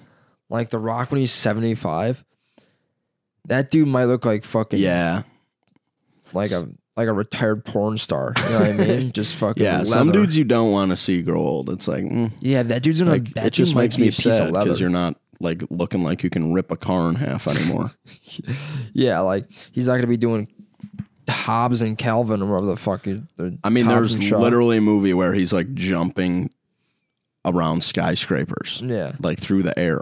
Like The Rock when he's seventy five. That dude might look like fucking Yeah. like a like a retired porn star. You know what I mean? Just fucking Yeah. Some leather. dudes you don't want to see grow old. It's like, mm, Yeah, that dude's gonna. like, that it just dude might makes be me a piece sad of leather. because you're not like looking like you can rip a car in half anymore. yeah, like he's not gonna be doing Hobbs and Calvin or whatever the fuck. you- the I mean, Hobbs there's and Shaw. literally a movie where he's like jumping around skyscrapers, Yeah, like through the air.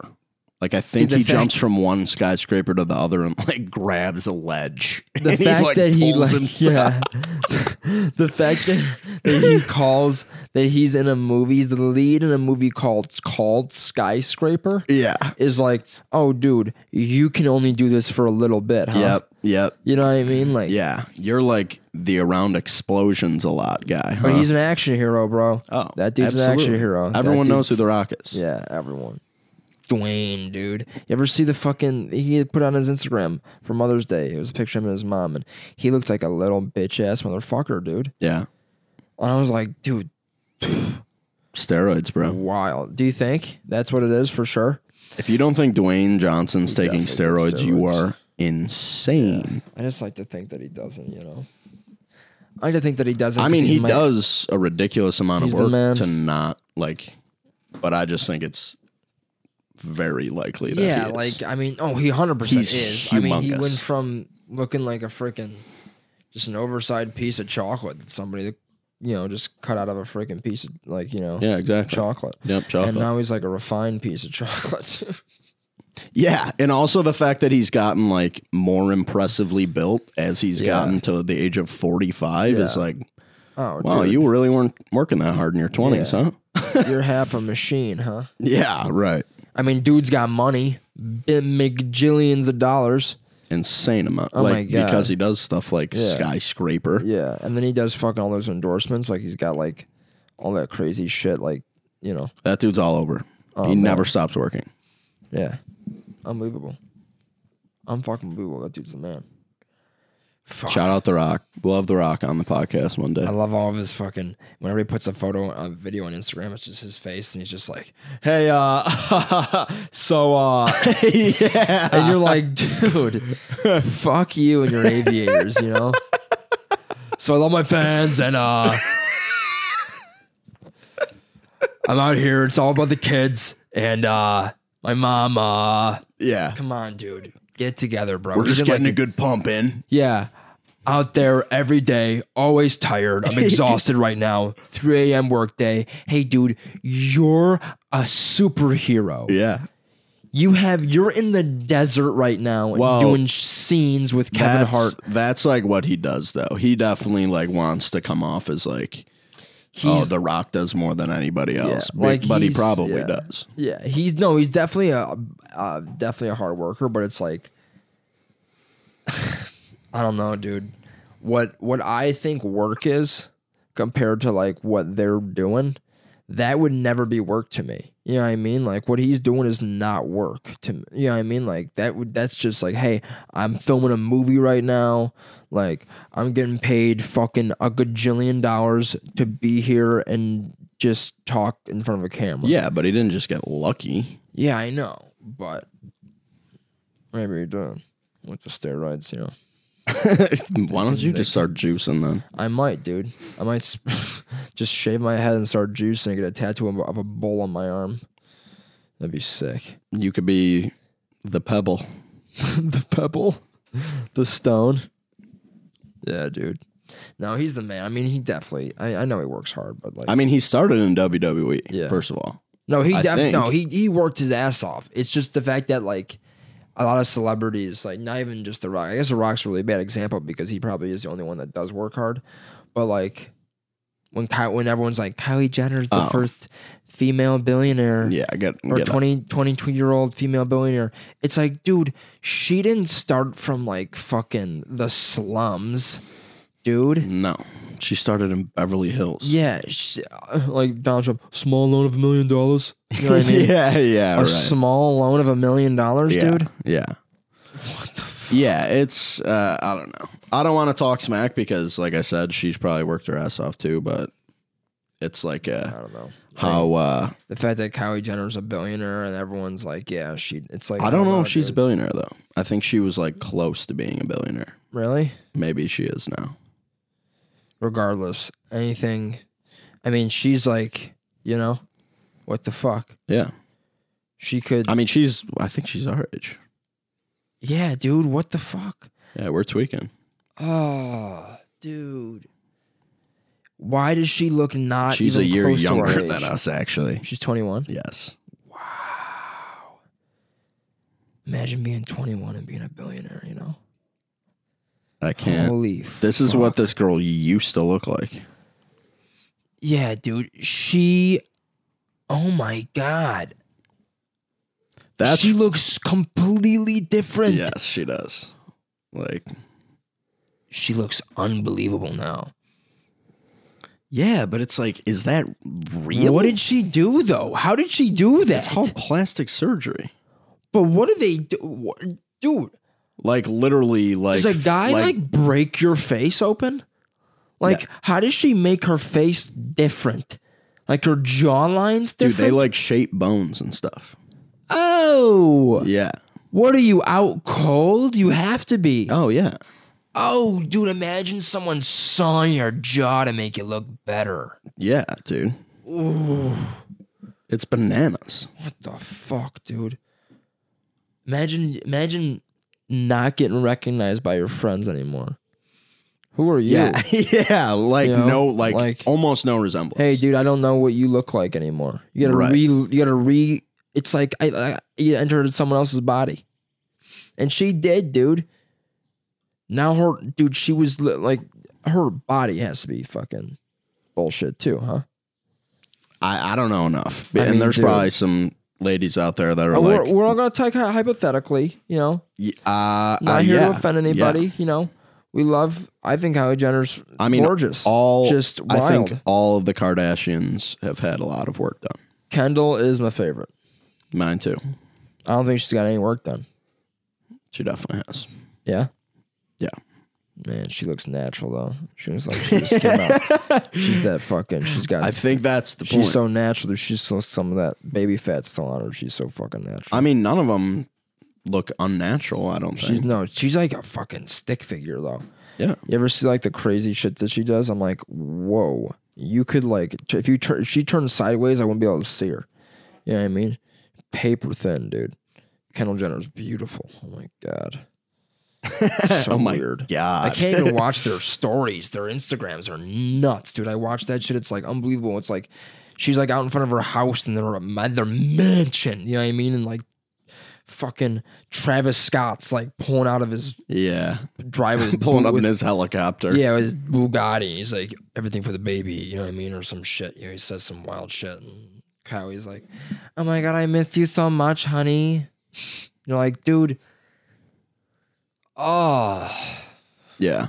Like I think the he fact- jumps from one skyscraper to the other and like grabs a ledge. the And fact that he pulls like himself- yeah, the fact that, that he calls that he's in a movie. He's the lead in a movie called it's called Skyscraper. yeah, Is like, oh, dude, you can only do this for a little bit, huh? yep, yep, You know what I mean? Like, yeah. You're like the around explosions a lot guy. But huh? he's an action hero, bro. oh, that dude's an absolutely. action hero. That Everyone knows dude's- who the Rock is. Yeah, everyone. Dwayne, dude. You ever see the fucking he had put on his Instagram for Mother's Day? It was a picture of him and his mom, and he looked like a little bitch ass motherfucker, dude. Yeah. And I was like, dude, Steroids, bro. wild. Do you think that's what it is for sure? If you don't think Dwayne Johnson's taking definitely steroids, did you steroids. are insane. I just like to think that he doesn't, you know. I like to think that he doesn't. I 'cause mean, he's he my- does a ridiculous amount of He's the man. work to not like, but I just think it's very likely that Yeah, he is. like I mean, oh, he hundred percent is. He's I mean, he humongous. went from looking like a freaking just an oversized piece of chocolate that somebody, you know, just cut out of a freaking piece of like you know yeah, exactly. chocolate. Yep, chocolate. And now he's like a refined piece of chocolate. yeah, and also the fact that he's gotten like more impressively built as he's Yeah. gotten to the age of forty five is Yeah. like, oh, wow, dude, you really weren't working that hard in your twenties, huh? you're half a machine, huh? Yeah, right. I mean, dude's got money, McJillions of dollars. Insane amount. Oh my like God. because he does stuff like Yeah. skyscraper. Yeah, and then he does fucking all those endorsements. Like he's got like all that crazy shit. Like you know, That dude's all over. Oh, he man. never stops working. yeah, unbelievable. I'm fucking unbelievable. That dude's the man. Fuck. Shout out The Rock. We'll have The Rock on the podcast one day. I love all of his fucking. Whenever he puts a photo, a video on Instagram, it's just his face, and he's just like, "Hey, uh, so, uh," yeah. and you're like, "Dude, fuck you and your aviators," you know. So I love my fans, and uh, I'm out here. It's all about the kids, and uh, my mom. Uh, Yeah. come on, dude, get together, bro. We're just Even, like, getting a good pump in. yeah. Out there every day, always tired. I'm exhausted right now. 3 a.m. workday. Hey, dude, you're a superhero. Yeah. You have you're in the desert right now and Well, doing scenes with Kevin that's, Hart. That's like what he does though. He definitely like wants to come off as like oh He's the rock does more than anybody else. But- like but he he's- probably yeah. does. yeah, he's no, he's definitely a uh, definitely a hard worker, but it's like I don't know, dude. What what I think work is compared to like what they're doing, that would never be work to me. You know what I mean? Like what he's doing is not work to me. You know what I mean? Like that would that's just like, hey, I'm filming a movie right now. Like I'm getting paid fucking a gajillion dollars to be here and just talk in front of a camera. Yeah, but he didn't just get lucky. Yeah, I know, but maybe you do with the steroids, you know. Why don't you just start juicing then? I might, dude. I might s- just shave my head and start juicing and get a tattoo of- of a bull on my arm. That'd be sick. You could be the pebble. the pebble, the stone. Yeah, dude. No, he's the man. I mean, he definitely. I, I know he works hard, but like, I mean, he started in WWE, Yeah. first of all. No, he I definitely think. no, he he worked his ass off. It's just the fact that like a lot of celebrities, like not even just The Rock. I guess The Rock's a really bad example because he probably is the only one that does work hard. But like when Ky- when everyone's like Kylie Jenner's the Oh. first female billionaire Yeah, I get, or get that. 20, 22 year old female billionaire. It's like, dude, she didn't start from like fucking the slums, dude. No. She started in Beverly Hills. Yeah, she, like Donald Trump, small loan of a million dollars. You know what I mean? yeah, yeah, a right. small loan of a million dollars, yeah, dude. Yeah. What the fuck? Yeah, it's uh, I don't know. I don't want to talk smack because like I said, she's probably worked her ass off too, but it's like I uh don't know. how uh The fact that Kylie Jenner's a billionaire and everyone's like, yeah, she. It's like I don't know if she's a dude. billionaire though. I think she was like close to being a billionaire. really. Maybe she is now. Regardless, anything. I mean, she's like, you know, what the fuck? Yeah. She could. I mean she's I think she's our age. yeah, dude. What the fuck? Yeah, we're tweaking. Oh, dude. Why does she look not? She's a even year close to our younger age? than us actually. She's twenty one. Yes. Wow. Imagine being twenty one and being a billionaire. You know. I can't. Holy. This is fuck. what this girl used to look like. Yeah, dude. She. Oh my god. That's she looks completely different. Yes, she does. Like She looks unbelievable now. Yeah, but it's like, is that real? What did she do though? How did she do that? It's called plastic surgery. but what do they do? What, dude, Like literally, like does a guy like, break your face open? Like, how does she make her face different? Like her jawline's dude, different. they like shape bones and stuff. oh, Yeah. what are you out cold? You have to be. Oh yeah. Oh, dude, imagine someone sawing your jaw to make it look better. Yeah, dude. It's bananas. What the fuck, dude? Imagine, imagine not getting recognized by your friends anymore. Who are you? Yeah, yeah. Like You know, no, like, like- almost no resemblance. Hey, dude, I don't know what you look like anymore. You gotta Right. re, you gotta re. It's like I, I, you entered someone else's body, and she did, dude. Now her, dude, she was li- like, her body has to be fucking bullshit too, huh? I, I don't know enough, I and mean, there's dude. probably some ladies out there that are Uh, like, we're, we're all gonna talk hy- hypothetically, you know. y- uh, Not uh, here to yeah, offend yeah. anybody, you know. We love. I think Kylie Jenner's I mean, gorgeous. all just wild. I think all of the Kardashians have had a lot of work done. Kendall is my favorite. Mine too. I don't think she's got any work done. She definitely has. Yeah. Yeah. Man, she looks natural though. She looks like she just came out. She's that fucking. She's got. I think that's the she's point. so natural. There's she's still some of that baby fat still on her. She's so fucking natural. I mean, none of them look unnatural. I don't she's think. no. She's like a fucking stick figure though. Yeah. You ever see like the crazy shit that she does? I'm like, whoa. You could like t- if you turn if she turned sideways, I wouldn't be able to see her. You know what I mean? Paper thin, dude. Kendall Jenner's beautiful. Oh my god. So oh my weird. god. I can't even watch their stories. Their Instagrams are nuts, dude. I watch that shit. It's like unbelievable. It's like she's like out in front of her house and they're a man- their mansion. You know what I mean? And like fucking Travis Scott's like pulling out of his Yeah. driveway, Pulling up with in his helicopter. yeah, it was Bugatti. He's like everything for the baby, you know what I mean, or some shit. You know, he says some wild shit, and Kylie's like, "Oh my god, I miss you so much, honey." You're like, dude. Oh, Yeah.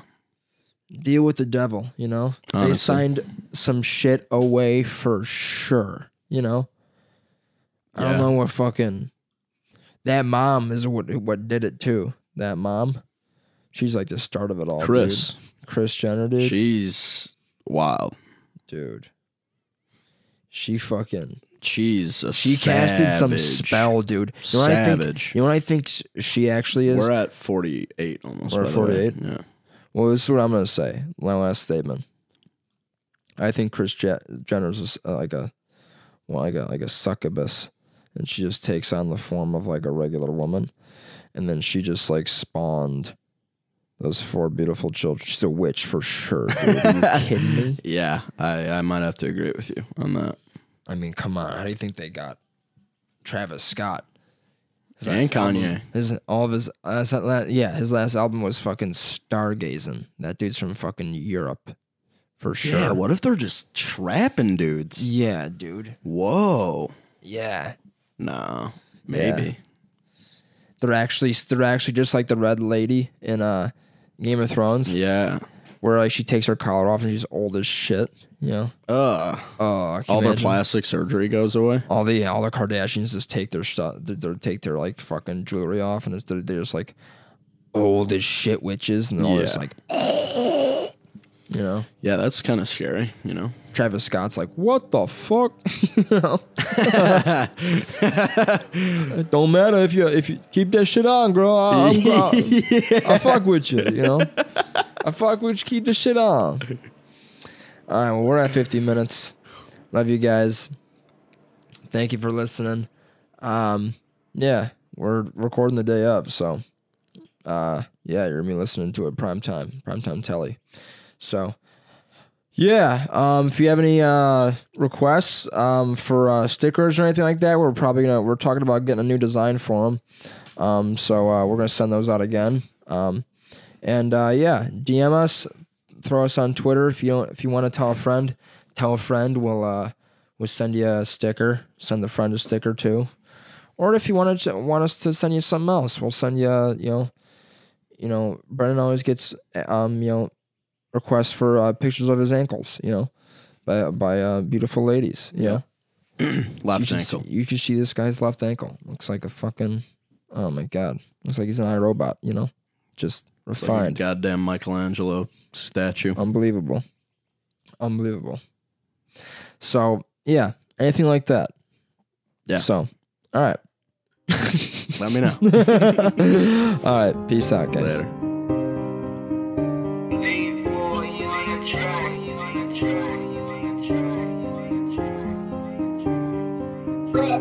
deal with the devil, you know. They Honestly. signed some shit away for sure, you know. I Yeah. don't know what fucking that mom is what what did it too. That mom, she's like the start of it all. dude. Chris. Chris Jenner, dude. She's wild. dude. She fucking She's a she casted some savage. spell, dude. You know what I savage. think? You know what I think s- she actually is? We're at 48 almost. We're by at the way. 48? Yeah. well, this is what I'm gonna say. My last statement. I think Chris Je- Jenner's is uh, like a, well, like a like a succubus, and she just takes on the form of like a regular woman, and then she just like spawned those four beautiful children. She's a witch for sure. Dude. Are you kidding me? Yeah. I, I might have to agree with you on that. I mean, come on. How do you think they got Travis Scott? His And last album- Kanye. his all of his last, la- yeah, his last album was fucking stargazing. That dude's from fucking Europe, for sure. Yeah. What if they're just trapping dudes? Yeah, dude. Whoa. Yeah, No. Maybe. they're actually they're actually just like the Red Lady in uh Game of Thrones, Yeah. where like she takes her collar off and she's old as shit. You know, Uh, oh, I can all their imagine. plastic surgery goes away. all the all the Kardashians just take their stuff, they, they take their like fucking jewelry off, and it's, they're, they're just like old as shit witches, and they're all just Yeah. like, you know. Yeah, that's kind of scary, you know? Travis Scott's like, what the fuck? you know? it don't matter if you if you keep that shit on, girl. I, I'm, I, I fuck with you. You know, I fuck with you. Keep the shit on. All right, well, we're at 50 minutes. Love you guys. Thank you for listening. Um, yeah, we're recording the day of, so uh, yeah, you're gonna be listening to it prime time, prime time telly. So. Yeah. Um, if you have any uh, requests um, for uh, stickers or anything like that, we're probably gonna we're talking about getting a new design for them. Um, so uh, we're gonna send those out again. Um, and uh, yeah, DM us, throw us on Twitter if you don't, if you want to tell a friend, tell a friend. We'll uh, we'll send you a sticker. Send the friend a sticker too. Or if you want to want us to send you something else, we'll send you uh, you know, you know. Brennan always gets um you know requests for uh, pictures of his ankles, you know. by by uh, beautiful ladies. Yeah, you Left should ankle. See, you should see this guy's left ankle. Looks like a fucking. Oh my god! Looks like he's an iRobot. You know, just Like a refined, goddamn Michelangelo Oh. statue. unbelievable, unbelievable. So yeah, anything like that. Yeah. So, all right, Let me know. all right. Peace out, guys. Later. We're, we're,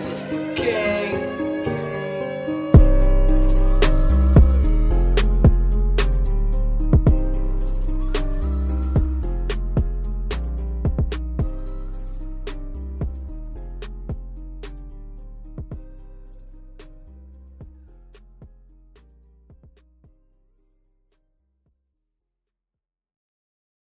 Mr. King.